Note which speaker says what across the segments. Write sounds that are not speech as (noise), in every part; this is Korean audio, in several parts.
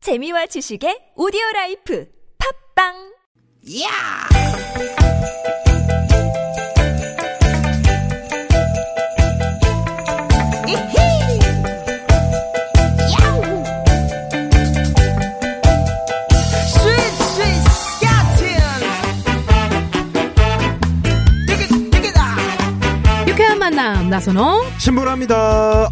Speaker 1: 재미와 지식의 오디오 라이프 팝빵
Speaker 2: 야! 이히! 야우! 스윗, 스윗, 스캇틴! 띠깃, 띠깃아!
Speaker 3: 유쾌한 만남 나선홍
Speaker 4: 신보라입니다.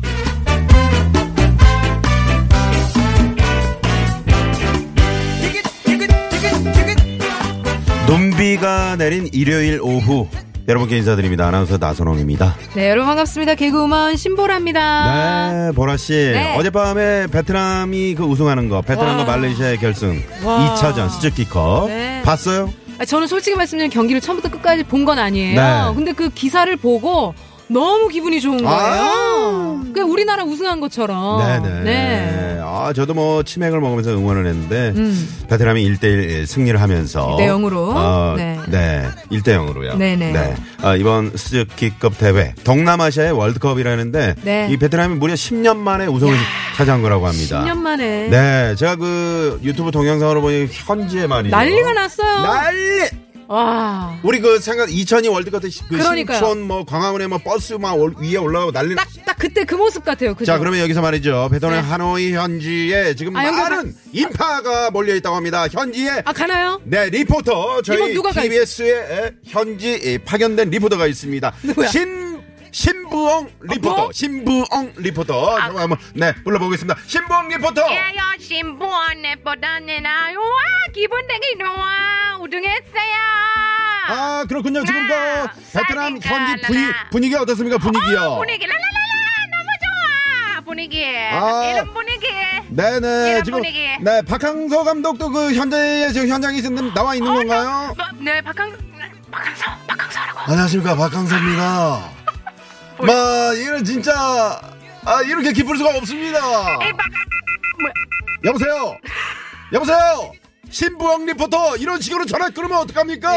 Speaker 2: 띠깃, 띠깃, 띠깃, 띠깃!
Speaker 4: 눈비가 내린 일요일 오후 여러분께 인사드립니다. 아나운서 나선홍입니다.
Speaker 3: 네 여러분 반갑습니다 개그우먼 신보라입니다
Speaker 4: 네, 보라 씨.
Speaker 3: 아. 네.
Speaker 4: 어젯밤에 베트남이 그 우승하는 거, 베트남과 말레이시아의 결승
Speaker 3: 와.
Speaker 4: 2차전 스즈키컵
Speaker 3: 네.
Speaker 4: 봤어요?
Speaker 3: 아, 저는 솔직히 말씀드리면 경기를 처음부터 끝까지 본 건 아니에요
Speaker 4: 네.
Speaker 3: 근데 그 기사를 보고 너무 기분이 좋은 거예요
Speaker 4: 아.
Speaker 3: 그냥 우리나라 우승한 것처럼
Speaker 4: 네네.
Speaker 3: 어, 네.
Speaker 4: 아, 저도 뭐 치맥을 먹으면서 응원을 했는데
Speaker 3: 음.
Speaker 4: 베트남이 1대1 승리를 하면서
Speaker 3: 일대 영으로.
Speaker 4: 어,
Speaker 3: 네.
Speaker 4: 네. 1대 0으로요.
Speaker 3: 네네.
Speaker 4: 아, 이번 스즈키급 대회 동남아시아의 월드컵이라는데
Speaker 3: 네.
Speaker 4: 이 베트남이 무려 10년 만에 우승을 차지한 거라고 합니다.
Speaker 3: 10년 만에
Speaker 4: 네, 제가 그 유튜브 동영상으로 보니 현지에 말이죠.
Speaker 3: 난리가 났어요
Speaker 4: 난리.
Speaker 3: 와
Speaker 4: 우리 그 생각 2002 월드컵 때그
Speaker 3: 그러니까요.
Speaker 4: 신촌 뭐 광화문에 뭐 버스 막 올- 위에 올라가고 난리.
Speaker 3: 딱, 딱 그때 그 모습 같아요 그죠?
Speaker 4: 자, 그러면 여기서 말이죠. 베트남
Speaker 3: 네.
Speaker 4: 하노이 현지에 지금
Speaker 3: 아, 연결-
Speaker 4: 많은 인파가 몰려 있다고 합니다. 현지에
Speaker 3: 아 가나요?
Speaker 4: 네, 리포터
Speaker 3: 이번
Speaker 4: 저희
Speaker 3: 누가 가
Speaker 4: TBS에 현지 에, 파견된 리포터가 있습니다.
Speaker 3: 누구야?
Speaker 4: 신 신부엉 리포터,
Speaker 3: 뭐? 아.
Speaker 4: 신부엉 리포터. 저 한번 네 불러보겠습니다. 신부엉 리포터.
Speaker 5: 예요 신부안내보다는 아유 와 기분 되게 좋아 우등했어요
Speaker 4: 아 그렇군요. 지금 그
Speaker 5: 나,
Speaker 4: 베트남
Speaker 5: 사이니까,
Speaker 4: 현지
Speaker 5: 나,
Speaker 4: 분위,
Speaker 5: 나.
Speaker 4: 분위기 어떻습니까? 분위기요.
Speaker 5: 분위기 랄랄랄라 너무 좋아 분위기
Speaker 4: 아.
Speaker 5: 이런 분위기
Speaker 4: 네네
Speaker 5: 이런
Speaker 4: 지금
Speaker 5: 분위기.
Speaker 4: 네 박항서 감독도 그 현재 지금 현장에 지금 나와 있는 건가요?
Speaker 5: 뭐, 네 박항 박항서 박항서라고
Speaker 4: 안녕하십니까 박항서입니다. (laughs) 마 이런 진짜 아 이렇게 기쁠 수가 없습니다.
Speaker 5: 이 박항 뭐야
Speaker 4: 여보세요. 여보세요. 신부영 리포터 이런 식으로 전화 끊으면 어떡합니까?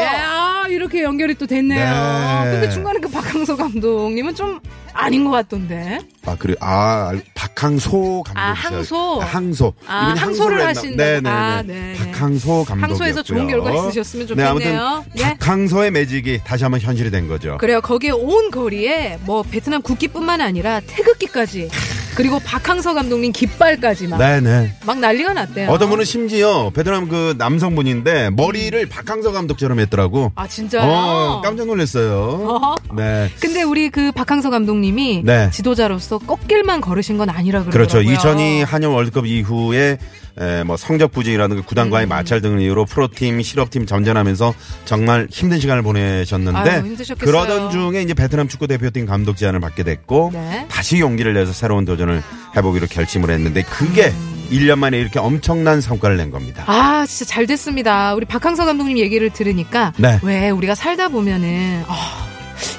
Speaker 3: 야 예, 아, 이렇게 연결이 또 됐네요
Speaker 4: 네.
Speaker 3: 근데 중간에 그 박항서 감독님은 좀 아닌 것 같던데
Speaker 4: 아 그래 아 알- 박항소 감독
Speaker 3: 아, 항소.
Speaker 4: 항소
Speaker 3: 아,
Speaker 4: 이분이
Speaker 3: 항소를
Speaker 4: 했나?
Speaker 3: 하신다고.
Speaker 4: 네네네
Speaker 3: 아, 네.
Speaker 4: 박항소 감독
Speaker 3: 항소에서 좋은 결과 있으셨으면
Speaker 4: 네,
Speaker 3: 좋겠네요.
Speaker 4: 아무튼
Speaker 3: 네.
Speaker 4: 박항소의 매직이 다시 한번 현실이 된 거죠
Speaker 3: 그래요. 거기에 온 거리에 뭐 베트남 국기뿐만 아니라 태극기까지 그리고 박항서 감독님 깃발까지 막,
Speaker 4: 네네
Speaker 3: 막 난리가 났대요.
Speaker 4: 어떤 분은 심지어 베트남 그 남성분인데 머리를 박항서 감독처럼 했더라고
Speaker 3: 아 진짜요?
Speaker 4: 어, 깜짝 놀랐어요
Speaker 3: 어허.
Speaker 4: 네
Speaker 3: 근데 우리 그 박항서 감독님이
Speaker 4: 네.
Speaker 3: 지도자로서 꺾길만 걸으신 건 아니라
Speaker 4: 그렇죠.
Speaker 3: 그러더라고요.
Speaker 4: 2002 한일 월드컵 이후에 에, 뭐 성적 부진이라든가
Speaker 3: 음.
Speaker 4: 구단과의 마찰 등을 이유로 프로팀, 실업팀 전전하면서 정말 힘든 시간을 보내셨는데
Speaker 3: 아유, 힘드셨겠어요.
Speaker 4: 그러던 중에 이제 베트남 축구 대표팀 감독 제안을 받게 됐고
Speaker 3: 네.
Speaker 4: 다시 용기를 내서 새로운 도전을 해보기로 결심을 했는데 그게 1년 만에 이렇게 엄청난 성과를 낸 겁니다.
Speaker 3: 음. 아 진짜 잘 됐습니다. 우리 박항서 감독님 얘기를 들으니까
Speaker 4: 네.
Speaker 3: 왜 우리가 살다 보면은 아,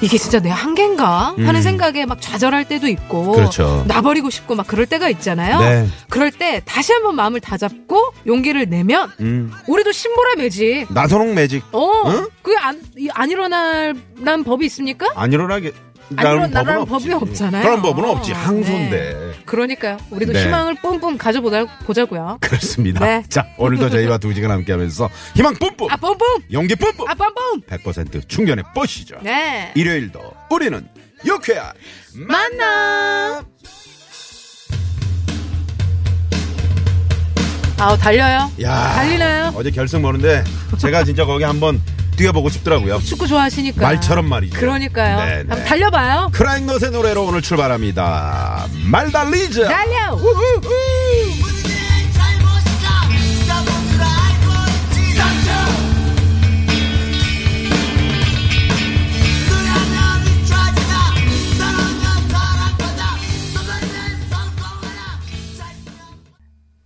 Speaker 3: 이게 진짜 내 한계인가 하는
Speaker 4: 음.
Speaker 3: 생각에 막 좌절할 때도 있고
Speaker 4: 그렇죠.
Speaker 3: 나버리고 싶고 막 그럴 때가 있잖아요.
Speaker 4: 네.
Speaker 3: 그럴 때 다시 한번 마음을 다잡고 용기를 내면
Speaker 4: 음.
Speaker 3: 우리도 신보라 매지.
Speaker 4: 나선홍 매직
Speaker 3: 어,
Speaker 4: 응?
Speaker 3: 그게 안, 이- 안 일어날 난 법이 있습니까?
Speaker 4: 안 일어나게
Speaker 3: 안
Speaker 4: 나는
Speaker 3: 일어나라는
Speaker 4: 법은
Speaker 3: 법이
Speaker 4: 없지.
Speaker 3: 없잖아요.
Speaker 4: 그런 법은 없지.
Speaker 3: 어,
Speaker 4: 항소인데.
Speaker 3: 그러니까요. 우리도
Speaker 4: 네.
Speaker 3: 희망을 뿜뿜 가져보자 보자고요.
Speaker 4: 그렇습니다.
Speaker 3: 네.
Speaker 4: 자, 오늘도 저희와 두 시간 함께 하면서 희망 뿜뿜!
Speaker 3: 아 뿜뿜,
Speaker 4: 용기 뿜뿜!
Speaker 3: 아 뿜뿜.
Speaker 4: 100% 충전해 보시죠.
Speaker 3: 네.
Speaker 4: 일요일도 우리는 유쾌한 만남!
Speaker 3: 아 달려요.
Speaker 4: 야
Speaker 3: 달리나요?
Speaker 4: 어제 결승 보는데 제가 진짜 거기 한번 뛰어보고 싶더라고요.
Speaker 3: 축구 좋아하시니까.
Speaker 4: 말처럼 말이죠.
Speaker 3: 그러니까요.
Speaker 4: 네, 네.
Speaker 3: 한번 달려봐요.
Speaker 4: 크라잉넛의 노래로 오늘 출발합니다. 말달리자!
Speaker 3: 달려.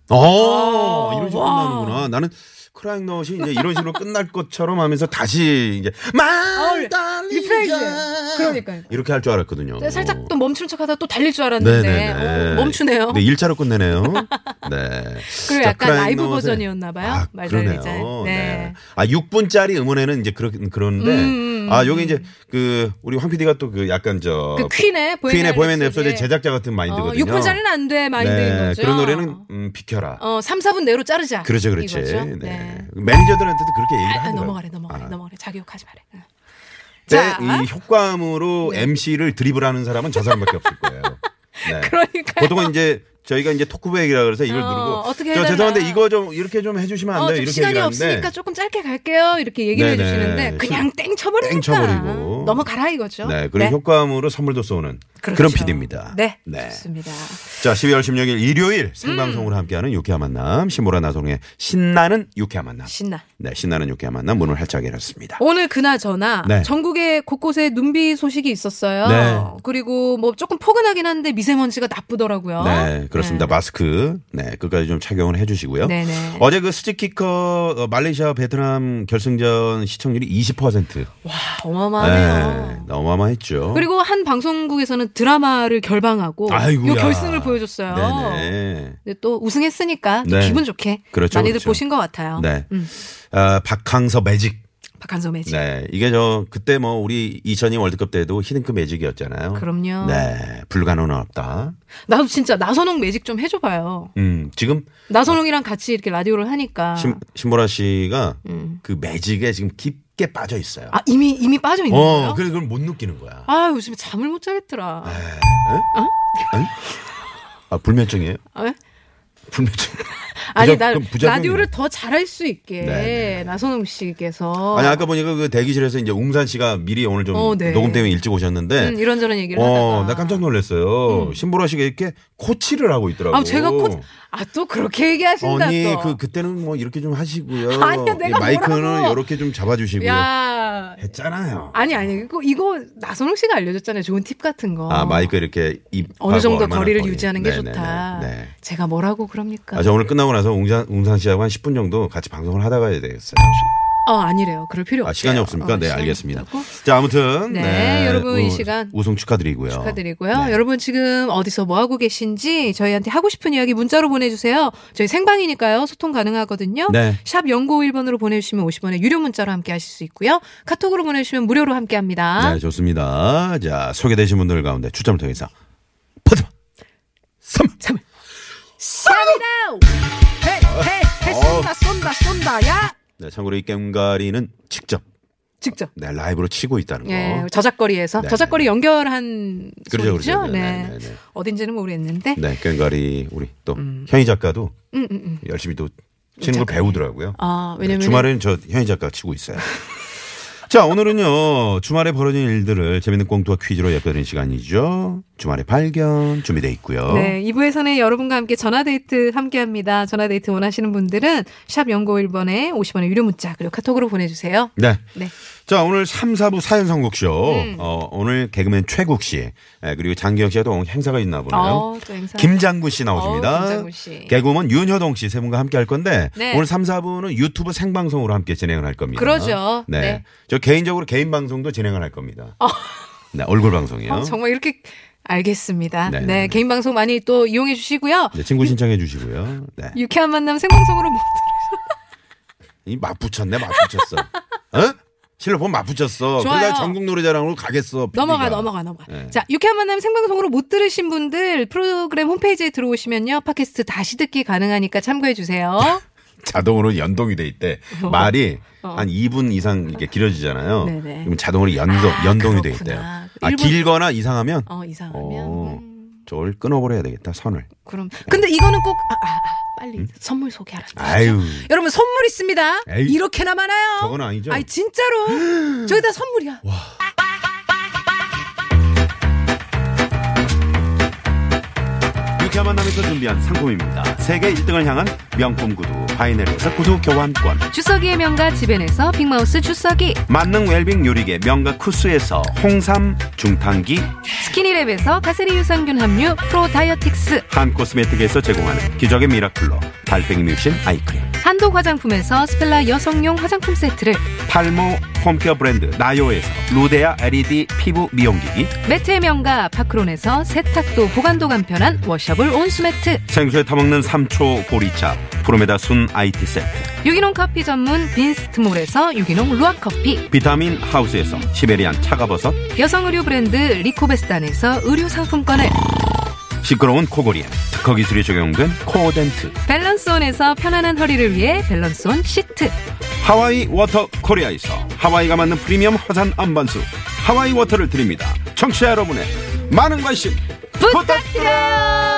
Speaker 4: 어, 이런 식으로
Speaker 3: 와.
Speaker 4: 끝나는구나. 나는 크라잉넛이 이제 이런 식으로 끝날 것처럼 하면서 다시 이제 말달리자!
Speaker 3: 아, 리프레이즈. 그러니까요. 네,
Speaker 4: 이렇게 할 줄 알았거든요.
Speaker 3: 살짝 또 멈춘 척하다 또 달릴 줄 알았는데 어, 멈추네요.
Speaker 4: 네,
Speaker 3: (laughs)
Speaker 4: 1차로 끝내네요. 네.
Speaker 3: 그리고
Speaker 4: 자,
Speaker 3: 약간 라이브
Speaker 4: 크라잉넛의-
Speaker 3: 버전이었나 봐요.
Speaker 4: 아,
Speaker 3: 말달리자.
Speaker 4: 그러네요.
Speaker 3: 네.
Speaker 4: 네. 아, 6분짜리 음원에는 이제 그런 그런데
Speaker 3: 음,
Speaker 4: 아, 요게 이제 그 우리 황 PD가 또 그 약간 저
Speaker 3: 그 퀸의 보헤미안
Speaker 4: 퀸의 보헤미안
Speaker 3: 랩소디의 예.
Speaker 4: 랩소디 제작자 같은
Speaker 3: 어,
Speaker 4: 마인드거든요.
Speaker 3: 6분짜리는 안 돼, 마인드인
Speaker 4: 네,
Speaker 3: 거죠.
Speaker 4: 그런 노래는 음, 비켜라.
Speaker 3: 어, 3, 4분 내로 자르자.
Speaker 4: 그렇죠, 그렇지.
Speaker 3: 이거죠?
Speaker 4: 네. 매니저들한테도 그렇게
Speaker 3: 아,
Speaker 4: 얘기를
Speaker 3: 아,
Speaker 4: 하는 거예요.
Speaker 3: 넘어가래, 넘어가래,
Speaker 4: 아.
Speaker 3: 넘어가래. 자기 욕하지 마래. 응.
Speaker 4: 네,
Speaker 3: 자. 네.
Speaker 4: 이 효과음으로 MC를 드리블하는 사람은 저 사람밖에 없을
Speaker 3: (laughs)
Speaker 4: 거예요. 네.
Speaker 3: 그러니까.
Speaker 4: 보통은 이제 저희가 이제 토크백이라 그래서 이걸
Speaker 3: 어,
Speaker 4: 누르고
Speaker 3: 어떻게
Speaker 4: 저
Speaker 3: 해달라.
Speaker 4: 죄송한데 이거 좀 이렇게 좀 해주시면 안
Speaker 3: 어,
Speaker 4: 돼요?
Speaker 3: 좀
Speaker 4: 이렇게
Speaker 3: 시간이
Speaker 4: 얘기를 하는데
Speaker 3: 없으니까 조금 짧게 갈게요. 이렇게 얘기를
Speaker 4: 네네.
Speaker 3: 해주시는데 그냥 땡 쳐버리니까.
Speaker 4: 땡 쳐버리고.
Speaker 3: 넘어가라 이거죠.
Speaker 4: 네, 그리고 효과음으로 선물도 쏘는 그런 PD입니다.
Speaker 3: 그렇죠? 네,
Speaker 4: 네.
Speaker 3: 좋습니다. 음.
Speaker 4: 자, 12월 16일 일요일 생방송으로 함께하는 유쾌한 만남 신보라 나성의 신나는 유쾌한 만남.
Speaker 3: 신나.
Speaker 4: 네, 신나는 유쾌한 만남 문을 활짝 열었습니다.
Speaker 3: 오늘 그나저나
Speaker 4: 네.
Speaker 3: 전국에 곳곳에 눈비 소식이 있었어요.
Speaker 4: 네.
Speaker 3: 그리고 뭐 조금 포근하긴 한데 미세먼지가 나쁘더라고요.
Speaker 4: 네, 그렇습니다.
Speaker 3: 네.
Speaker 4: 마스크 네 끝까지 좀 착용을 해주시고요.
Speaker 3: 네네.
Speaker 4: 어제 그 스티키커 어, 말레이시아 베트남 결승전 시청률이 20%.
Speaker 3: 아, 어마어마하네요.
Speaker 4: 어마어마했죠.
Speaker 3: 그리고 한 방송국에서는 드라마를 결방하고
Speaker 4: 아이고야.
Speaker 3: 요 결승을 보여줬어요.
Speaker 4: 네네.
Speaker 3: 근데 또 우승했으니까 또
Speaker 4: 네.
Speaker 3: 기분 좋게
Speaker 4: 그렇죠,
Speaker 3: 많이들
Speaker 4: 그렇죠.
Speaker 3: 보신 것 같아요.
Speaker 4: 네.
Speaker 3: 음,
Speaker 4: 아, 박항서 매직.
Speaker 3: 박한서 매직.
Speaker 4: 네, 이게 저 그때 뭐 우리 2002 월드컵 때도 히든크 매직이었잖아요.
Speaker 3: 그럼요.
Speaker 4: 네, 불가능은 없다.
Speaker 3: 나도 진짜 나선홍 매직 좀 해줘봐요.
Speaker 4: 음, 지금
Speaker 3: 나선홍이랑 같이 이렇게 라디오를 하니까
Speaker 4: 신, 신보라 씨가
Speaker 3: 아. 음.
Speaker 4: 그 매직에 지금 깊게 빠져 있어요.
Speaker 3: 아 이미 이미 빠져 있는
Speaker 4: 어,
Speaker 3: 거예요?
Speaker 4: 그래 아. 그걸 못 느끼는 거야.
Speaker 3: 아 요즘에 잠을 못 자겠더라.
Speaker 4: 에, 에? 에? 아, 불면증이에요?
Speaker 3: 아, 왜?
Speaker 4: 불면증.
Speaker 3: 아니
Speaker 4: 부작-
Speaker 3: 나
Speaker 4: 그럼 부작용이네.
Speaker 3: 라디오를 더 잘할 수 있게
Speaker 4: 네, 네,
Speaker 3: 나선홍 씨께서 음,
Speaker 4: 아니 아까 보니까 그 대기실에서 이제 웅산 씨가 미리 오늘 좀
Speaker 3: 어, 네.
Speaker 4: 녹음 때문에 일찍 오셨는데
Speaker 3: 음, 이런저런 얘기를
Speaker 4: 어,
Speaker 3: 하다가 음.
Speaker 4: 나 깜짝 놀랐어요. 신보라 씨가 이렇게 코치를 하고 있더라고.
Speaker 3: 아 제가 코아또 그렇게 얘기하신다
Speaker 4: 언니
Speaker 3: 또.
Speaker 4: 그 그때는 뭐 이렇게 좀
Speaker 3: (laughs)
Speaker 4: 하시고요.
Speaker 3: 아니야, 내가
Speaker 4: 이 마이크는
Speaker 3: 뭐라고.
Speaker 4: 이렇게 좀 잡아주시고요.
Speaker 3: 야
Speaker 4: 했잖아요.
Speaker 3: 아니 아니 그, 이거 이거 나선홍 씨가 알려줬잖아요 좋은 팁 같은 거.
Speaker 4: 아, 마이크 이렇게 입
Speaker 3: 어느 정도
Speaker 4: 얼마나
Speaker 3: 거리를
Speaker 4: 거리.
Speaker 3: 유지하는 게
Speaker 4: 네네네.
Speaker 3: 좋다.
Speaker 4: 네.
Speaker 3: 제가 뭐라고 그럽니까?
Speaker 4: 아, 저 오늘 끝나고 나서 웅산, 웅산 씨하고 한 10분 정도 같이 방송을 하다 가야 되겠어요.
Speaker 3: 어 아니래요. 그럴 필요 없어요.
Speaker 4: 아, 시간이 없습니까?
Speaker 3: 어,
Speaker 4: 네,
Speaker 3: 시간이
Speaker 4: 알겠습니다.
Speaker 3: 없다고?
Speaker 4: 자, 아무튼.
Speaker 3: 네, 여러분 이 시간
Speaker 4: 우승 축하드리고요.
Speaker 3: 축하드리고요.
Speaker 4: 네.
Speaker 3: 여러분 지금 어디서 뭐 하고 계신지 저희한테 하고 싶은 이야기 문자로 보내주세요. 저희 생방이니까요. 소통 가능하거든요.
Speaker 4: 네.
Speaker 3: 샵 0951번으로 보내주시면 50원의 유료 문자로 함께 하실 수 있고요. 카톡으로 보내주시면 무료로 함께 합니다.
Speaker 4: 네, 좋습니다. 자, 소개되신 분들 가운데 추첨을 통해서 퍼드만 3
Speaker 3: 3월. 헤헤헤
Speaker 4: 어.
Speaker 3: 쏜다 쏜다 쏜다 야
Speaker 4: 네, 참고로 이 깸가리는 직접
Speaker 3: 직접
Speaker 4: 네, 라이브로 치고 있다는 거.
Speaker 3: 예, 저작거리에서
Speaker 4: 네,
Speaker 3: 저작거리 연결한
Speaker 4: 그렇죠,
Speaker 3: 소리죠.
Speaker 4: 그렇죠. 네,
Speaker 3: 네.
Speaker 4: 네, 네, 네.
Speaker 3: 어딘지는 모르겠는데.
Speaker 4: 네, 깸가리 우리 또 현희 작가도
Speaker 3: 음, 음, 음.
Speaker 4: 열심히 또 치는 걸 배우더라고요.
Speaker 3: 아,
Speaker 4: 네,
Speaker 3: 왜냐면
Speaker 4: 주말에는 저 현희 작가 치고 있어요. (laughs) 자, 오늘은요. 주말에 벌어진 일들을 재밌는 꽁투와 퀴즈로 엮어드리는 시간이죠. 주말의 발견 준비돼 있고요.
Speaker 3: 네, 2부에서는 여러분과 함께 전화데이트 함께 합니다. 전화데이트 원하시는 분들은 샵 0951번에 50원의 유료 문자 그리고 카톡으로 보내주세요.
Speaker 4: 네.
Speaker 3: 네. 음.
Speaker 4: 자, 오늘 3, 4부 사연 선곡쇼. 어, 오늘 개그맨 최국 씨, 예, 그리고 장기영 씨가 또 오늘 행사가 있나 보네요.
Speaker 3: 어, 또 행사.
Speaker 4: 김장구 씨 나오십니다.
Speaker 3: 어, 김장구 씨.
Speaker 4: 개그우먼 윤효동 씨 세 분과 함께 할 건데
Speaker 3: 네.
Speaker 4: 오늘 3, 4부는 유튜브 생방송으로 함께 진행을 할 겁니다.
Speaker 3: 그러죠.
Speaker 4: 네.
Speaker 3: 네.
Speaker 4: 저 개인적으로 개인 방송도 진행을 할 겁니다. 네, 얼굴 방송이요.
Speaker 3: 어, 정말 이렇게 알겠습니다.
Speaker 4: 네,
Speaker 3: 네,
Speaker 4: 네, 네.
Speaker 3: 개인 방송 많이 또 이용해 주시고요.
Speaker 4: 네, 친구 신청해 주시고요. 네.
Speaker 3: 유쾌한 만남 생방송으로 못
Speaker 4: 이 맞붙였네, 맞붙였어. 어? 실로 보면 맞붙였어.
Speaker 3: 좋아요.
Speaker 4: 그러다 전국 노래자랑으로 가겠어.
Speaker 3: 넘어가
Speaker 4: PD가.
Speaker 3: 넘어가 넘어가.
Speaker 4: 네.
Speaker 3: 자, 유쾌한 만남 생방송으로 못 들으신 분들 프로그램 홈페이지에 들어오시면요. 팟캐스트 다시 듣기 가능하니까 참고해 주세요.
Speaker 4: 자동으로 연동이 돼 있대. 말이 한 2분 이상 이렇게 길어지잖아요.
Speaker 3: 어. 네네. 아,
Speaker 4: 그럼 자동으로 연동 연동이 돼 있대요.
Speaker 3: 그렇구나.
Speaker 4: 아
Speaker 3: 일본-
Speaker 4: 길거나 이상하면 그렇죠.
Speaker 3: 어, 이상하면
Speaker 4: 어,
Speaker 3: 음,
Speaker 4: 저걸 끊어버려야 되겠다 선을.
Speaker 3: 그럼 근데 이거는 꼭 아, 아, 아, 빨리 선물 소개 알아주시죠.
Speaker 4: 음. 아유.
Speaker 3: 여러분 선물 있습니다.
Speaker 4: 에이.
Speaker 3: 이렇게나 많아요.
Speaker 4: 저건 아니죠?
Speaker 3: 아니 진짜로. 저기 다 선물이야.
Speaker 4: 유쾌한 만남에서 준비한 상품입니다. 세계 1등을 향한 명품 구두 바이넬에서 구두 교환권.
Speaker 3: 주석이의 명가 집엔에서 빅마우스 주석이
Speaker 4: 만능 웰빙 요리계 명가 쿠스에서 홍삼 중탕기
Speaker 3: 스키니랩에서 가세리 유산균 함유 프로 다이어틱스
Speaker 4: 한 코스메틱에서 제공하는 기적의 미라클로 달팽이 뮤신 아이크림
Speaker 3: 한독 화장품에서 스펠라 여성용 화장품 세트를
Speaker 4: 탈모 홈케어 브랜드 나요에서 루데아 LED 피부 미용기기
Speaker 3: 매트의 명가 파크론에서 세탁도 보관도 간편한 워셔블 온수매트
Speaker 4: 생수에 타먹는 삼초 보리차 프로메다 순 IT 세트
Speaker 3: 유기농 커피 전문 빈스트몰에서 유기농 루아커피
Speaker 4: 비타민 하우스에서 시베리안 차가버섯
Speaker 3: 여성 의류 브랜드 리코베스탄에서 의류 상품권을
Speaker 4: 시끄러운 코골이엔 특허 기술이 적용된 코어덴트
Speaker 3: 밸런스온에서 편안한 허리를 위해 밸런스온 시트
Speaker 4: 하와이 워터 코리아에서 하와이가 만든 프리미엄 화산 안반수 하와이 워터를 드립니다. 청취자 여러분의 많은 관심
Speaker 3: 부탁드려요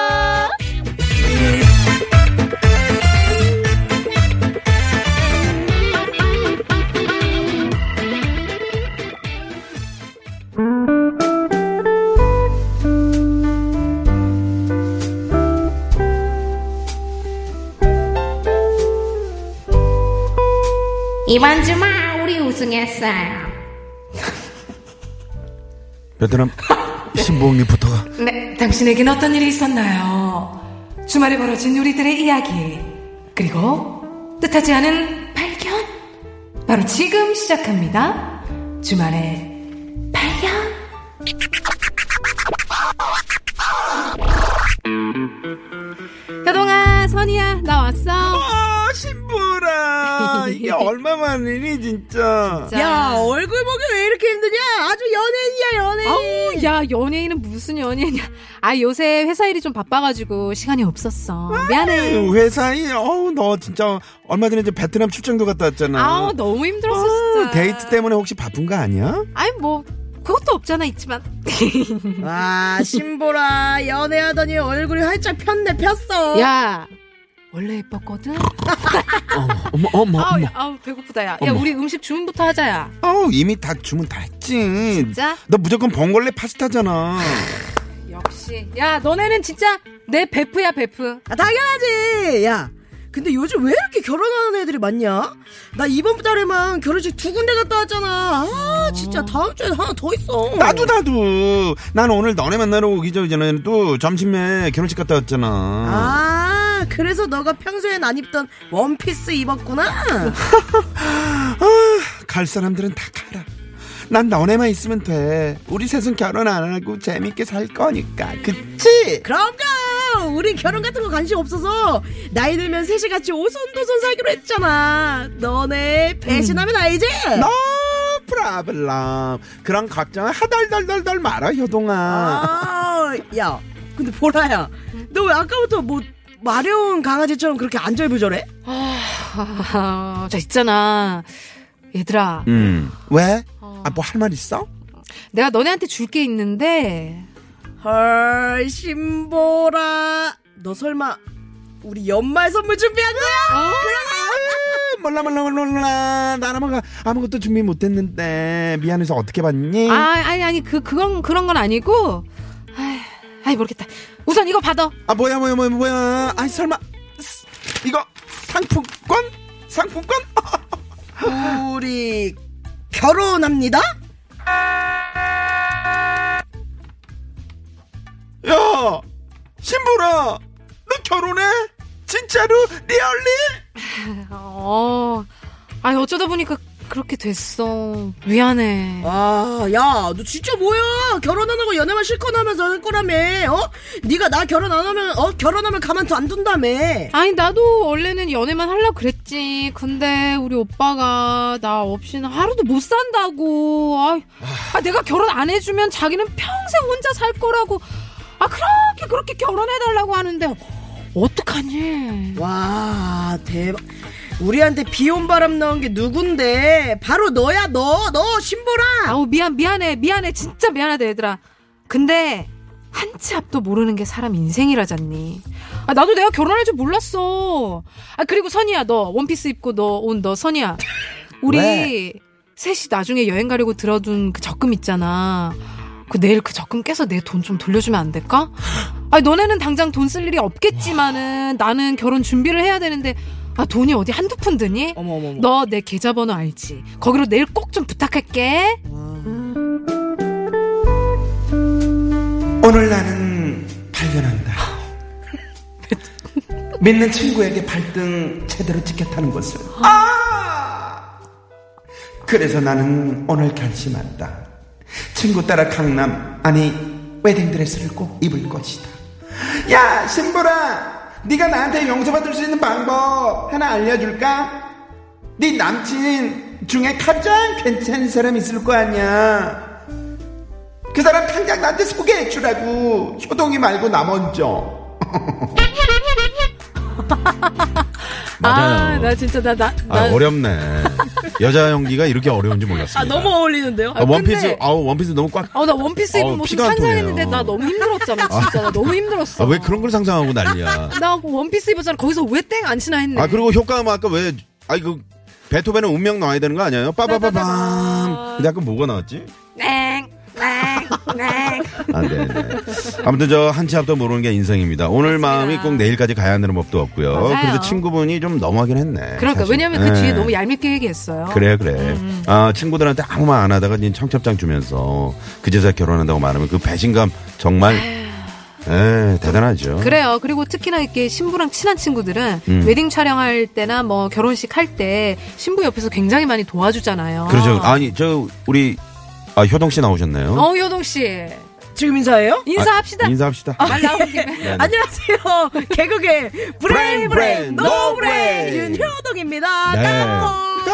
Speaker 5: 이번 주말 우리 우승했어요.
Speaker 4: 베트남 신부님부터가
Speaker 3: 네, 당신에게는 어떤 일이 있었나요? 주말에 벌어진 우리들의 이야기 그리고 뜻하지 않은 발견 바로 지금 시작합니다 주말에 발견 여동아 선이야 나 왔어
Speaker 4: 아 신부라
Speaker 3: (laughs)
Speaker 4: 이게 얼마만 일이 진짜
Speaker 3: 야
Speaker 6: 얼굴 보기 왜 이렇게 힘드냐? 아주 연예인이야 연예인.
Speaker 3: 아우 야 연예인은 무슨 연예인이야 아 요새 회사 일이 좀 바빠가지고 시간이 없었어 미안해
Speaker 4: 회사에 어우 너 진짜 얼마 전에 이제 베트남 출장도 갔다 왔잖아.
Speaker 3: 아우 너무 힘들었어
Speaker 4: 어,
Speaker 3: 진짜
Speaker 4: 데이트 때문에 혹시 바쁜 거 아니야?
Speaker 3: 아니 뭐 그것도 없잖아 있지만 (laughs)
Speaker 6: 아 신보라 연애하더니 얼굴이 활짝 폈네 폈어.
Speaker 3: 야 원래 예뻤거든
Speaker 4: (laughs) 어머 어머
Speaker 3: 아우 야, 아우 배고프다 야야 우리 음식 주문부터 하자야
Speaker 4: 아우 이미 다 주문 다 했지.
Speaker 3: 진짜?
Speaker 4: 나 무조건 봉골레 파스타잖아.
Speaker 3: 역시 야 너네는 진짜 내 베프야 베프
Speaker 6: 아, 당연하지. 야. 근데 요즘 왜 이렇게 결혼하는 애들이 많냐? 나 이번 달에만 결혼식 두 군데 갔다 왔잖아. 아 진짜 다음 주에 하나 더 있어.
Speaker 4: 나도 나도. 난 오늘 너네 만나러 오기 전에 또 점심에 결혼식 갔다 왔잖아.
Speaker 6: 아 그래서 너가 평소엔 안 입던 원피스 입었구나.
Speaker 4: 갈 사람들은 다 가라. 난 너네만 있으면 돼. 우리 셋은 결혼 안 하고 재밌게 살 거니까. 그치?
Speaker 6: 그럼가 우리 결혼 같은 거 관심 없어서 나이 들면 셋이 같이 오손도손 살기로 했잖아 너네 배신하면 알지?
Speaker 4: No problem. 그런 걱정 하덜덜덜덜 말아, 효동아.
Speaker 6: 아, 야 근데 보라야 너 왜 아까부터 뭐 마려운 강아지처럼 그렇게 안절부절해?
Speaker 3: 아, 저 있잖아 얘들아
Speaker 4: 음. 왜? 아, 뭐 할 말 있어?
Speaker 3: 내가 너네한테 줄 게 있는데
Speaker 6: 헐 신보라 너 설마 우리 연말 선물 준비한 거야?
Speaker 4: 아, 몰라, 몰라, 몰라, 몰라. 난 아무, 아무것도 준비 못 했는데. 미안해서 어떻게 봤니?
Speaker 3: 아 아니 아니 그 그건 그런 건 아니고 아이, 아이 모르겠다 우선 이거 받아
Speaker 4: 아 뭐야 뭐야 뭐야 뭐야 아니 설마 쓰- 이거 상품권 상품권 (laughs)
Speaker 6: 우리 결혼합니다?
Speaker 4: 야 신보라 너 결혼해 진짜로 리얼리
Speaker 3: 어 아니 어쩌다 보니까 그렇게 됐어 미안해
Speaker 6: 아, 야, 너 진짜 뭐야? 결혼 안 하고 연애만 실컷 하면서 할 거라며? 어? 네가 나 결혼 안 하면 어 결혼하면 가만 안 둔다며?
Speaker 3: 아니 나도 원래는 연애만 하려 그랬지. 근데 우리 오빠가 나 없이는 하루도 못 산다고. 아, 아, 내가 결혼 안 해주면 자기는 평생 혼자 살 거라고. 아 그렇게 그렇게 결혼해 달라고 하는데 어떡하니?
Speaker 6: 와, 대박. 우리한테 비온 바람 넣은 게 누군데? 바로 너야, 너, 너 신보라.
Speaker 3: 아우 미안 미안해 미안해 진짜 미안하다 얘들아. 근데 한 치 앞도 모르는 게 사람 인생이라잖니. 아 나도 내가 결혼할 줄 몰랐어. 아 그리고 선이야 너 원피스 입고 너 온 너 선이야. 우리
Speaker 4: 왜?
Speaker 3: 셋이 나중에 여행 가려고 들어둔 그 적금 있잖아. 그 내일 그 적금 깨서 내 돈 좀 돌려주면 안 될까? 아 너네는 당장 돈 쓸 일이 없겠지만은 나는 결혼 준비를 해야 되는데 아 돈이 어디 한두 푼 드니?
Speaker 6: 어머 어머. 어머.
Speaker 3: 너 내 계좌번호 알지? 거기로 내일 꼭 좀 부탁할게.
Speaker 7: 오늘 나는 발견한다. 믿는 친구에게 발등 제대로 찍혔다는 것을. 아! 그래서 나는 오늘 결심한다. 친구 따라 강남 아니 웨딩드레스를 꼭 입을 것이다. 야 신보라, 네가 나한테 용서받을 수 있는 방법 하나 알려줄까? 네 남친 중에 가장 괜찮은 사람 있을 거 아니야. 그 사람 당장 나한테 소개해 주라고. 효동이 말고 나 먼저.
Speaker 4: (laughs) 맞아요.
Speaker 3: 아, 나 진짜 나 나 나
Speaker 4: 아, 어렵네. 여자 연기가 이렇게 어려운지 몰랐습니다.
Speaker 6: 아 너무 어울리는데요?
Speaker 4: 아, 원피스,
Speaker 3: 근데-
Speaker 4: 아우, 원피스 너무 꽉.
Speaker 3: 어, 나 원피스
Speaker 4: 어,
Speaker 3: 입은 모습
Speaker 4: 피가 안 통해요.
Speaker 3: 상상했는데 나 너무 힘들었잖아. 진짜 나 너무 힘들었어.
Speaker 4: 아, 왜 그런 걸 상상하고 난리야.
Speaker 3: 나 원피스 입었잖아. 거기서 왜 땡 안 치나 했네.
Speaker 4: 아, 그리고 효과음 아까 왜, 아이, 그, 베토벤은 운명 나와야 되는 거 아니에요? 빠바바밤. 근데 아까 뭐가 나왔지? 안 돼, 안 돼. 네, 아무튼 저 한 치 앞도 모르는 게 인생입니다. 오늘 마음이 꼭 내일까지 가야 한다는 법도 없고요.
Speaker 3: 맞아요.
Speaker 4: 그래서 친구분이 좀 넘어가긴 했네.
Speaker 3: 그러니까
Speaker 4: 사실.
Speaker 3: 왜냐면 그
Speaker 4: 예.
Speaker 3: 뒤에 너무 음, 얄밉게 얘기했어요.
Speaker 4: 그래 그래. 아 친구들한테 아무 말 안 하다가 이제 청첩장 주면서 그제서야 결혼한다고 말하면 그 배신감 정말 에 대단하죠.
Speaker 3: 그래요. 그리고 특히나 이렇게 신부랑 친한 친구들은
Speaker 4: 음.
Speaker 3: 웨딩 촬영할 때나 뭐 결혼식 할 때 신부 옆에서 굉장히 많이 도와주잖아요.
Speaker 4: 그렇죠. 아니 저 우리 아 효동 씨 나오셨네요.
Speaker 3: 어, 효동 씨.
Speaker 6: 지금 인사해요?
Speaker 3: 인사합시다.
Speaker 4: 아, 인사합시다.
Speaker 3: 말 나온 김에.
Speaker 4: 네, 네.
Speaker 6: (laughs) 안녕하세요. 개그계 브레인 브레인
Speaker 4: 브레인,
Speaker 6: 노
Speaker 4: 노
Speaker 6: 브레인
Speaker 4: 브레인.
Speaker 6: 윤효동입니다.
Speaker 4: 네.
Speaker 6: 까꿍.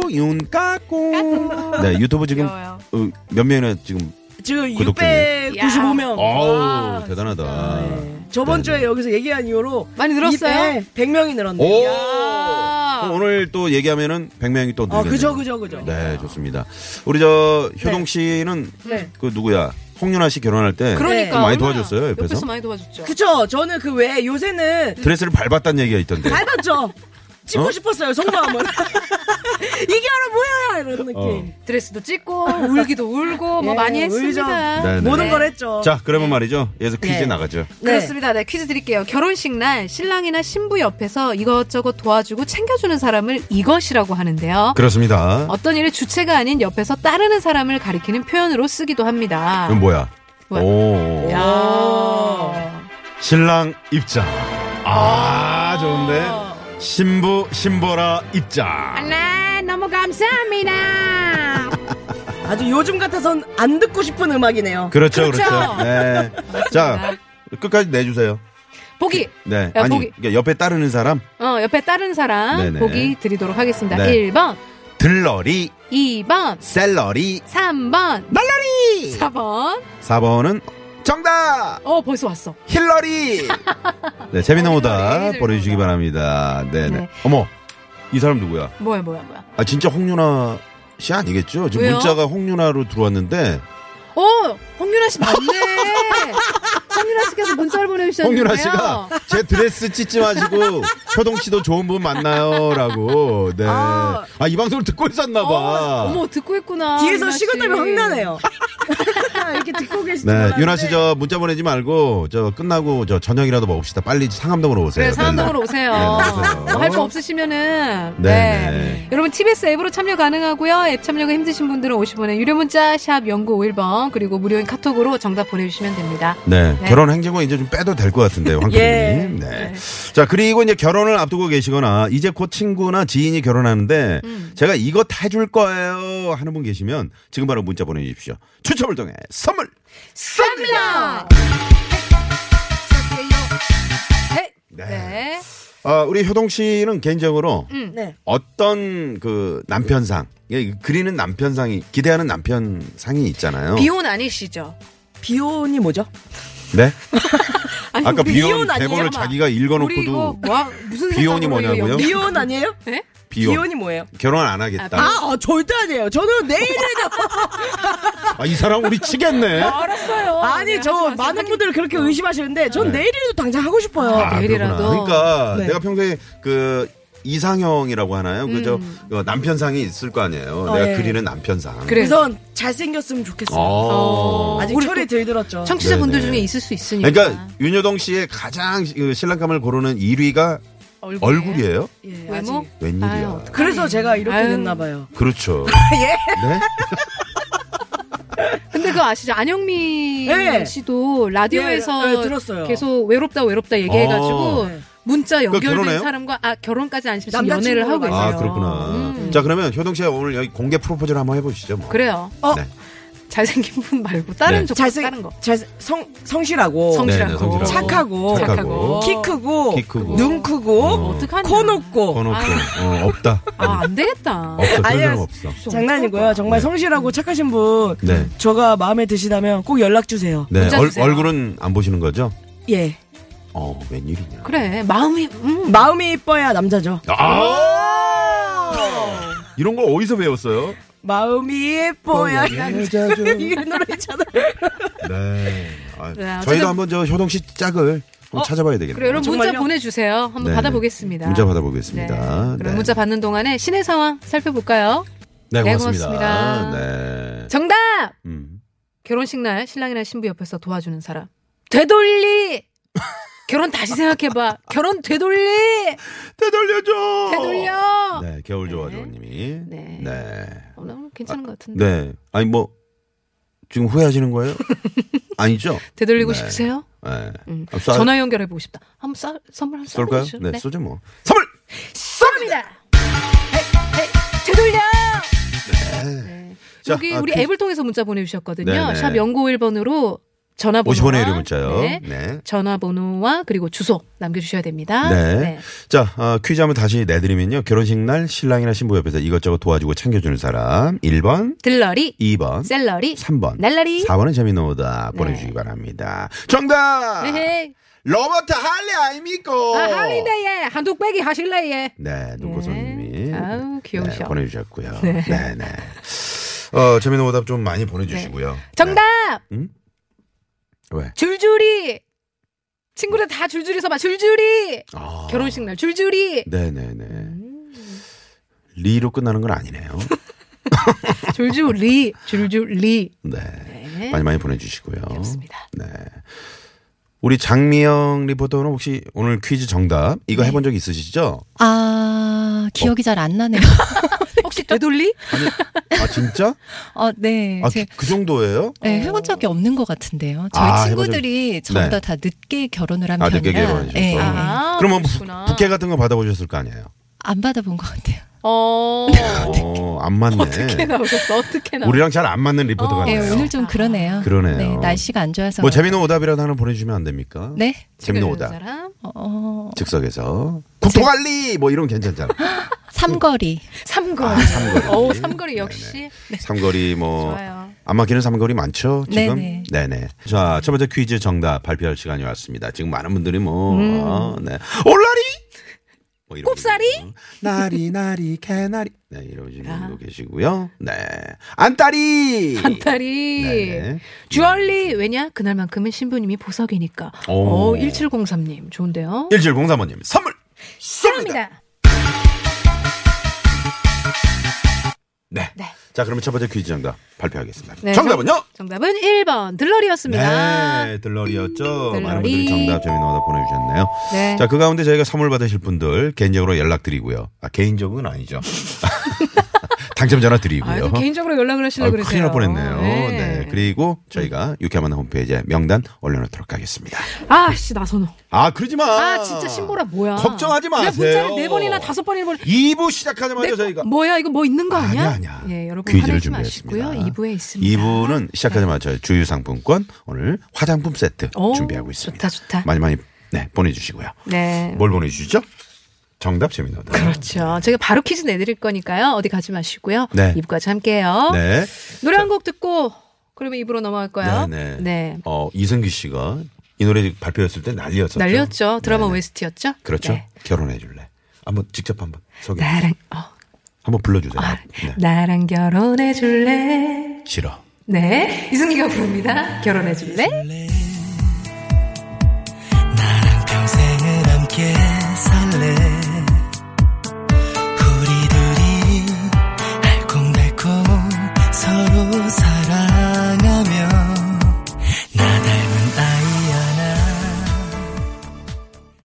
Speaker 4: 까꿍 윤 까꿍. 네 유튜브 지금
Speaker 3: 귀여워요.
Speaker 4: 어, 몇 명이나 지금
Speaker 6: 지금
Speaker 4: 구독자님.
Speaker 6: 695명.
Speaker 4: 어우 대단하다.
Speaker 6: 저번
Speaker 4: 네,
Speaker 6: 주에 여기서 얘기한 이후로
Speaker 3: 많이 늘었어요?
Speaker 6: 100명이 늘었네.
Speaker 4: 오
Speaker 3: 야.
Speaker 4: 그럼 오늘 또 얘기하면은 100명이 또
Speaker 6: 아,
Speaker 4: 늘겠네요.
Speaker 6: 그죠, 그죠, 그죠.
Speaker 4: 네, 좋습니다. 우리 저 효동 씨는
Speaker 6: 네.
Speaker 4: 그 누구야? 홍윤아 씨 결혼할 때
Speaker 3: (laughs) 그러니까
Speaker 4: 좀 많이
Speaker 3: 얼마나
Speaker 4: 도와줬어요, 옆에서?
Speaker 3: 옆에서 많이 도와줬죠.
Speaker 6: 그쵸. 저는 그 외에 요새는
Speaker 4: 드레스를 밟았다는 얘기가 있던데.
Speaker 6: 밟았죠. 찍고
Speaker 4: 어?
Speaker 6: 싶었어요, 성공함을. (laughs) 이게 바로 뭐야! 이런 느낌.
Speaker 4: 어.
Speaker 3: (laughs) 드레스도 찍고 울기도 울고 뭐
Speaker 6: 예,
Speaker 3: 많이
Speaker 6: 울죠.
Speaker 3: 했습니다.
Speaker 4: 네, 네.
Speaker 6: 모든 걸 했죠.
Speaker 4: 자, 그러면 말이죠. 여기서 퀴즈
Speaker 6: 네.
Speaker 4: 나가죠.
Speaker 6: 네.
Speaker 3: 그렇습니다. 네, 퀴즈 드릴게요. 결혼식 날 신랑이나 신부 옆에서 이것저것 도와주고 챙겨주는 사람을 이것이라고 하는데요.
Speaker 4: 그렇습니다.
Speaker 3: 어떤 일의 주체가 아닌 옆에서 따르는 사람을 가리키는 표현으로 쓰기도 합니다. 어.
Speaker 4: 그럼 뭐야?
Speaker 3: 뭐야?
Speaker 4: 오.
Speaker 3: 야.
Speaker 4: 신랑 입장. 아, 좋은데. 신부 신보라 입장.
Speaker 5: 네, 너무 감사합니다.
Speaker 6: 아주 요즘 같아선 안 듣고 싶은 음악이네요.
Speaker 4: 그렇죠,
Speaker 3: 그렇죠.
Speaker 4: 그렇죠. 네. 자, 끝까지 내 주세요.
Speaker 3: 보기.
Speaker 4: 네.
Speaker 3: 야,
Speaker 4: 아니,
Speaker 3: 보기.
Speaker 4: 그러니까 옆에 따르는 사람
Speaker 3: 어, 옆에 따르는 사람
Speaker 4: 네네.
Speaker 3: 보기 드리도록 하겠습니다.
Speaker 4: 네.
Speaker 3: 1번,
Speaker 4: 들러리,
Speaker 3: 2번,
Speaker 4: 샐러리,
Speaker 3: 3번,
Speaker 4: 네. 날라리.
Speaker 3: 4번.
Speaker 4: 4번은 정답!
Speaker 3: 어, 벌써 왔어. (laughs)
Speaker 4: 힐러리! 네, 재미난
Speaker 3: 어,
Speaker 4: 오다
Speaker 3: 힐러리,
Speaker 4: 보내주시기
Speaker 3: 힐러리. 바랍니다.
Speaker 4: 바랍니다. 네네.
Speaker 3: 네.
Speaker 4: 어머, 이 사람 누구야?
Speaker 3: 뭐야, 뭐야, 뭐야.
Speaker 4: 아, 진짜 홍윤아 씨 아니겠죠? 지금
Speaker 3: 왜요?
Speaker 4: 문자가 홍윤아로 들어왔는데,
Speaker 3: 어, 홍윤아 씨 맞네.
Speaker 4: (laughs)
Speaker 3: 홍윤아 씨께서 문자를 보내주셨는데요.
Speaker 4: 홍윤아 씨가 제 드레스 찢지 마시고, 효동 씨도 좋은 분 만나요. 라고, 네.
Speaker 6: 아.
Speaker 4: 아, 이 방송을 듣고
Speaker 3: 어,
Speaker 4: 있었나봐.
Speaker 3: 어머 듣고 있구나.
Speaker 6: 뒤에서
Speaker 3: 윤아 씨.
Speaker 6: 시간 들면 흥나네요. (laughs) 이렇게 듣고 계시죠.
Speaker 4: 네, 윤아 씨 저 문자 보내지 말고, 저 끝나고 저 저녁이라도 먹읍시다. 빨리 상암동으로 오세요.
Speaker 3: 그래 상암동으로 오세요.
Speaker 4: 네, 오세요.
Speaker 3: 할 거 없으시면은
Speaker 4: 네,
Speaker 3: 네.
Speaker 4: 네.
Speaker 3: 여러분 TBS 앱으로 참여 가능하고요. 앱 참여가 힘드신 분들은 50원에 유료 문자 샵 #0951번 그리고 무료인 카톡으로 정답 보내주시면 됩니다.
Speaker 4: 네.
Speaker 3: 네.
Speaker 4: 결혼 행정관 이제 좀 빼도 될 것 같은데요, 황
Speaker 6: 예.
Speaker 4: PD님. 네. 자, 그리고 이제 결혼을 앞두고 계시거나 이제 곧 친구나 지인이 결혼하는데
Speaker 3: 음.
Speaker 4: 제가 이것 해줄 거예요 하는 분 계시면 지금 바로 문자 보내주십시오. 추첨을 통해 선물!
Speaker 3: 쌉니다. 네. 네.
Speaker 4: 아, 우리 효동 씨는 개인적으로
Speaker 6: 네.
Speaker 4: 어떤 그 남편상, 예, 그리는 남편상이, 기대하는 남편상이 있잖아요.
Speaker 3: 비혼 아니시죠?
Speaker 6: 비혼이 뭐죠?
Speaker 4: 네?
Speaker 3: 아니,
Speaker 4: 아까
Speaker 3: 우리
Speaker 4: 비혼
Speaker 6: 이혼 아니에요?
Speaker 4: 대본을 자기가
Speaker 3: 우리 이거
Speaker 4: 읽어놓고도
Speaker 3: 뭐, 무슨
Speaker 4: 비혼이
Speaker 3: 생각으로 이거
Speaker 4: 뭐냐고요?
Speaker 3: 연기-
Speaker 6: 비혼 아니에요?
Speaker 3: 네?
Speaker 4: 비혼.
Speaker 6: 이 뭐예요?
Speaker 4: 결혼 안 하겠다.
Speaker 6: 아, 아, 절대 아니에요. 저는 내일에
Speaker 4: 아, 이 사람 우리
Speaker 3: (laughs)
Speaker 4: 치겠네.
Speaker 3: 알았어요.
Speaker 6: 아니
Speaker 3: 네,
Speaker 6: 저
Speaker 3: 하지 마세요. 어.
Speaker 6: 많은 분들 그렇게 의심하시는데 전 내일이라도 당장 하고 싶어요.
Speaker 4: 네. 아,
Speaker 3: 내일이라도.
Speaker 4: 그렇구나. 그러니까
Speaker 6: 네.
Speaker 4: 내가 평소에 그 이상형이라고 하나요? 그저 그 남편상이 있을 거 아니에요. 내가
Speaker 6: 예.
Speaker 4: 그리는 남편상.
Speaker 3: 그래.
Speaker 6: 우선 잘생겼으면 좋겠어요.
Speaker 4: 어.
Speaker 6: 아직
Speaker 3: 우리
Speaker 6: 철이 들들었죠.
Speaker 3: 청취자분들
Speaker 4: 네네.
Speaker 3: 중에 있을 수 있으니까.
Speaker 4: 그러니까 윤여동 씨의 가장 시- 그 신랑감을 고르는 1위가
Speaker 3: 얼굴에.
Speaker 4: 얼굴이에요?
Speaker 6: 예, 아직.
Speaker 3: 외모?
Speaker 4: 웬일이야.
Speaker 3: 네, 아유, 어떡해.
Speaker 6: 그래서 제가 이렇게
Speaker 3: 아유.
Speaker 6: 됐나 봐요.
Speaker 4: 그렇죠. 네?
Speaker 3: 근데 그거 아시죠? 안영미
Speaker 6: 네.
Speaker 3: 씨도 라디오에서
Speaker 6: 네, 네, 들었어요.
Speaker 3: 계속 외롭다 외롭다 얘기해가지고
Speaker 4: 어.
Speaker 6: 네.
Speaker 3: 문자 연결된
Speaker 4: 결혼해요?
Speaker 3: 사람과 아 결혼까지 안 시키고
Speaker 6: 남자친구로
Speaker 3: 연애를 하고 있어요. 음.
Speaker 6: 가세요.
Speaker 4: 아, 그렇구나. 자, 그러면 효동 씨가 오늘 여기 공개 프로포즈를 한번 해보시죠. 뭐.
Speaker 3: 그래요.
Speaker 6: 어,
Speaker 4: 네.
Speaker 3: 잘생긴 분 말고 다른
Speaker 4: 네.
Speaker 3: 조건
Speaker 6: 잘생
Speaker 3: 다른 거.
Speaker 6: 잘성 성실하고
Speaker 3: 성-
Speaker 4: 네, 네,
Speaker 3: 성실하고.
Speaker 4: 성실하고.
Speaker 6: 착하고.
Speaker 4: 착하고.
Speaker 3: 착하고.
Speaker 6: 키 크고,
Speaker 4: 키 크고.
Speaker 6: 눈 크고
Speaker 4: 어.
Speaker 3: 어떡하냐.
Speaker 6: 코 높고
Speaker 4: 번호 어, 없다.
Speaker 3: 아, 안 되겠다.
Speaker 4: 없어. 그런
Speaker 6: 아니요.
Speaker 4: 사람 없어.
Speaker 6: 장난이고요. 정말
Speaker 4: 네.
Speaker 6: 성실하고 착하신 분.
Speaker 4: 네.
Speaker 6: 저가 마음에 드시다면 꼭 연락 주세요.
Speaker 4: 네.
Speaker 3: 문자
Speaker 4: 얼,
Speaker 3: 주세요.
Speaker 4: 얼굴은 안 보시는 거죠?
Speaker 6: 예.
Speaker 4: 어, 웬일이냐.
Speaker 3: 그래. 마음이 음.
Speaker 6: 마음이 이뻐야 남자죠.
Speaker 4: 아! 이런 걸 어디서 배웠어요? 네.
Speaker 6: 마음이
Speaker 3: 어,
Speaker 4: 어,
Speaker 6: 예뻐야
Speaker 3: (laughs)
Speaker 4: 여자죠.
Speaker 6: 이 노래잖아.
Speaker 4: 네.
Speaker 3: 네,
Speaker 4: 아,
Speaker 3: 어쨌든-
Speaker 4: 저희도 한번 저 효동 씨 짝을 한번
Speaker 3: 어,
Speaker 4: 찾아봐야 되겠네요.
Speaker 3: 그래, 여러분 문자
Speaker 6: 정말요?
Speaker 3: 보내 주세요. 한번
Speaker 4: 네,
Speaker 3: 받아보겠습니다.
Speaker 4: 네. 문자
Speaker 3: 네.
Speaker 4: 받아보겠습니다.
Speaker 3: 그럼 문자 받는 동안에 신의 상황 살펴볼까요?
Speaker 4: 네,
Speaker 3: 네,
Speaker 4: 고맙습니다.
Speaker 3: 고맙습니다.
Speaker 4: 네.
Speaker 3: 정답!
Speaker 4: 음.
Speaker 3: 결혼식 날 신랑이나 신부 옆에서 도와주는 사람. 되돌리! 결혼 다시 생각해봐. 결혼 되돌리!
Speaker 4: 되돌려줘!
Speaker 3: (laughs) 되돌려!
Speaker 4: 네, 겨울 조아조님이.
Speaker 3: 네.
Speaker 4: 네.
Speaker 3: 어, 너무 괜찮은 것 같은데.
Speaker 4: 네. 아니 뭐 지금 후회하시는
Speaker 3: (laughs)
Speaker 4: 거예요? 아니죠?
Speaker 3: 되돌리고
Speaker 4: 네.
Speaker 3: 싶으세요?
Speaker 4: 네.
Speaker 3: 음.
Speaker 4: 아, 쏴-
Speaker 3: 전화 연결해보고 싶다. 한번 쏴, 선물 한번
Speaker 4: 쏠까요?
Speaker 3: 쏴보시죠.
Speaker 4: 네, 쏘죠 뭐. 선물.
Speaker 3: 쏩니다! 되돌려! 네.
Speaker 4: 자,
Speaker 3: 여기
Speaker 4: 아,
Speaker 3: 우리
Speaker 4: 그-
Speaker 3: 앱을 통해서 문자 보내주셨거든요.
Speaker 4: 네, 네.
Speaker 3: 샵 0951번으로 전화번호.
Speaker 4: 50원의 유료 문자요. 네. 네.
Speaker 3: 전화번호와 그리고 주소 남겨주셔야 됩니다. 네.
Speaker 4: 자, 어, 퀴즈 한번 다시 내드리면요. 결혼식 날 신랑이나 신부 옆에서 이것저것 도와주고 챙겨주는 사람. 1번,
Speaker 3: 들러리,
Speaker 4: 2번,
Speaker 3: 셀러리,
Speaker 4: 3번,
Speaker 3: 날라리.
Speaker 4: 4번은 재미있는 오다
Speaker 3: 네.
Speaker 4: 보내주시기 바랍니다. 정답!
Speaker 3: 에헤이.
Speaker 4: 로버트 할리 아닙니까?
Speaker 3: 네. 아, 할리네, 예. 한두 빼기 하실래, 예.
Speaker 4: 네, 눈고선님이
Speaker 3: 네. 아우, 귀여우셔.
Speaker 4: 네, 보내주셨고요. 네, 네. 어 재미있는 오답 좀 많이 보내주시고요.
Speaker 3: 정답!
Speaker 4: 네. 왜?
Speaker 3: 네. 줄줄이! 친구들 다 줄줄이 서봐, 줄줄이!
Speaker 4: 아.
Speaker 3: 결혼식 음. 날 줄줄이!
Speaker 4: 네네네. 리로 끝나는 건 아니네요.
Speaker 3: 줄줄이, 줄줄이.
Speaker 4: 네.
Speaker 3: 네.
Speaker 4: 많이 많이 보내주시고요.
Speaker 3: 귀엽습니다.
Speaker 4: 네. 우리 장미영 리포터는 혹시 오늘 퀴즈 정답 이거
Speaker 3: 네.
Speaker 4: 해본 적 있으시죠?
Speaker 8: 아,
Speaker 4: 어.
Speaker 8: 기억이 잘 안
Speaker 4: (laughs)
Speaker 8: 나네요.
Speaker 3: 혹시 되돌리?
Speaker 4: 아 진짜?
Speaker 8: 아, 네.
Speaker 4: 아 그
Speaker 8: 제,
Speaker 4: 정도예요?
Speaker 8: 네, 해본 적이 없는 것 같은데요. 저희
Speaker 4: 아, 해본
Speaker 8: 친구들이 전부 다 다 늦게 결혼을 한
Speaker 4: 아,
Speaker 8: 편이라.
Speaker 4: 늦게 결혼하셔서.
Speaker 8: 예,
Speaker 3: 아,
Speaker 4: 그러면
Speaker 3: 그러시구나.
Speaker 4: 부케 같은 거 받아보셨을 거 아니에요?
Speaker 8: 안 받아본 것 같아요.
Speaker 3: 어.
Speaker 8: 아,
Speaker 4: 어, 안 맞네.
Speaker 3: 어떻게 나오셨어? 어떻게 나오셨어?
Speaker 4: 우리랑 잘 안 맞는 리포터
Speaker 3: 어.
Speaker 8: 예,
Speaker 4: 같네요.
Speaker 8: 오늘 좀 그러네요.
Speaker 4: 아, 그러네요.
Speaker 8: 네, 날씨가 안 좋아서.
Speaker 4: 뭐 재미있는 오답이라도 하나 보내주시면 안 됩니까?
Speaker 8: 네.
Speaker 4: 재미있는 오답.
Speaker 8: 어,
Speaker 4: 즉석에서 국토관리 뭐 이런 거 괜찮잖아.
Speaker 8: 삼거리.
Speaker 3: 삼거리.
Speaker 4: 아, 삼거리.
Speaker 3: 오, 삼거리 역시.
Speaker 4: 삼거리 뭐
Speaker 3: 네. 좋아요.
Speaker 4: 안 막히는 삼거리 많죠 지금.
Speaker 8: 네네.
Speaker 4: 네네. 자, 첫 번째 퀴즈 정답 발표할 시간이 왔습니다. 지금 많은 분들이 뭐 아,
Speaker 3: 음.
Speaker 4: 네. 올라리 뭐 이런
Speaker 3: 꼽사리?
Speaker 4: 분들. 나리 나리 개나리 네 이러신 분도 계시고요. 네 안따리
Speaker 3: 아. 네. 안타리.
Speaker 4: 네네.
Speaker 3: 주얼리 왜냐 그날만큼은 신부님이 보석이니까.
Speaker 4: 오.
Speaker 3: 오, 1703님 좋은데요.
Speaker 4: 1703번님 선물 쏩니다. 네.
Speaker 3: 네.
Speaker 4: 자, 그러면 첫 번째 퀴즈 정답 발표하겠습니다.
Speaker 3: 네,
Speaker 4: 정답은요?
Speaker 3: 정답은 1번 들러리였습니다.
Speaker 4: 네, 들러리였죠. 많은
Speaker 3: 들러리.
Speaker 4: 분들이 정답 재미있는 오답 보내주셨네요.
Speaker 3: 네.
Speaker 4: 자, 그 가운데 저희가 선물 받으실 분들 개인적으로 연락드리고요. 아, 개인적은 아니죠. (laughs) 당첨 전화
Speaker 3: 아,
Speaker 4: 드리고요.
Speaker 3: 또 개인적으로 연락을 하시려고
Speaker 4: 아유,
Speaker 3: 그러세요.
Speaker 4: 큰일 날 뻔했네요. 네. 그리고 저희가 유쾌한 만남 홈페이지에 명단 올려놓도록 하겠습니다.
Speaker 3: 아씨 나선호.
Speaker 4: 아, 그러지 마.
Speaker 3: 아 진짜 신보라 뭐야.
Speaker 4: 걱정하지
Speaker 3: 내가
Speaker 4: 마세요.
Speaker 3: 문자를 네 번이나 다섯 번 일본.
Speaker 4: 2부 시작하자마자 저희가
Speaker 3: 뭐야 이거 뭐 있는 거 아니야?
Speaker 4: 아니야, 아니야.
Speaker 3: 예, 여러분
Speaker 4: 퀴즈를
Speaker 3: 화내지
Speaker 4: 준비했습니다.
Speaker 3: 마시고요. 2부에 있습니다. 네.
Speaker 4: 2부는 시작하자마자 저희 주유 상품권 오늘 화장품 세트
Speaker 3: 오,
Speaker 4: 준비하고 있습니다.
Speaker 3: 어,
Speaker 4: 뭐-
Speaker 3: 좋다, 좋다.
Speaker 4: 많이 많이 네, 보내주시고요.
Speaker 3: 네.
Speaker 4: 뭘 보내주시죠? 정답 재미나다.
Speaker 3: 그렇죠. 저희가 바로 퀴즈 내드릴 거니까요. 어디 가지 마시고요.
Speaker 4: 네.
Speaker 3: 2부까지 함께해요.
Speaker 4: 네.
Speaker 3: 노래 한 곡 듣고 그러면 입으로 넘어갈 거예요.
Speaker 4: 네, 네.
Speaker 3: 네.
Speaker 4: 어 이승기 씨가 이 노래 발표했을 때 난리였었죠.
Speaker 3: 날렸죠. 드라마
Speaker 4: 네, 네.
Speaker 3: OST였죠.
Speaker 4: 그렇죠.
Speaker 3: 네.
Speaker 4: 결혼해줄래. 한번 직접 한번 소개.
Speaker 3: 나랑 어,
Speaker 4: 한번 불러주세요.
Speaker 3: 아,
Speaker 4: 네.
Speaker 3: 나랑 결혼해 줄래?
Speaker 4: 싫어.
Speaker 3: 네. 이승기가 부릅니다. 결혼해 줄래?
Speaker 9: 나랑 평생을 함께 살래